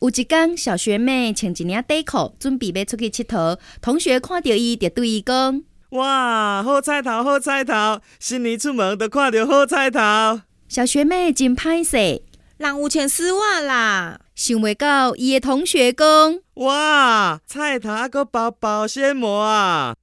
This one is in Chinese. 有一天，小学妹穿一领短裤，准备要出去佚佗。同学看到伊，就对伊讲：哇，好彩头，好彩头！新年出门都看到好彩头。小学妹真歹势，人有穿丝袜啦，想袂到伊的同学讲。哇，菜头还搁包保鲜膜啊！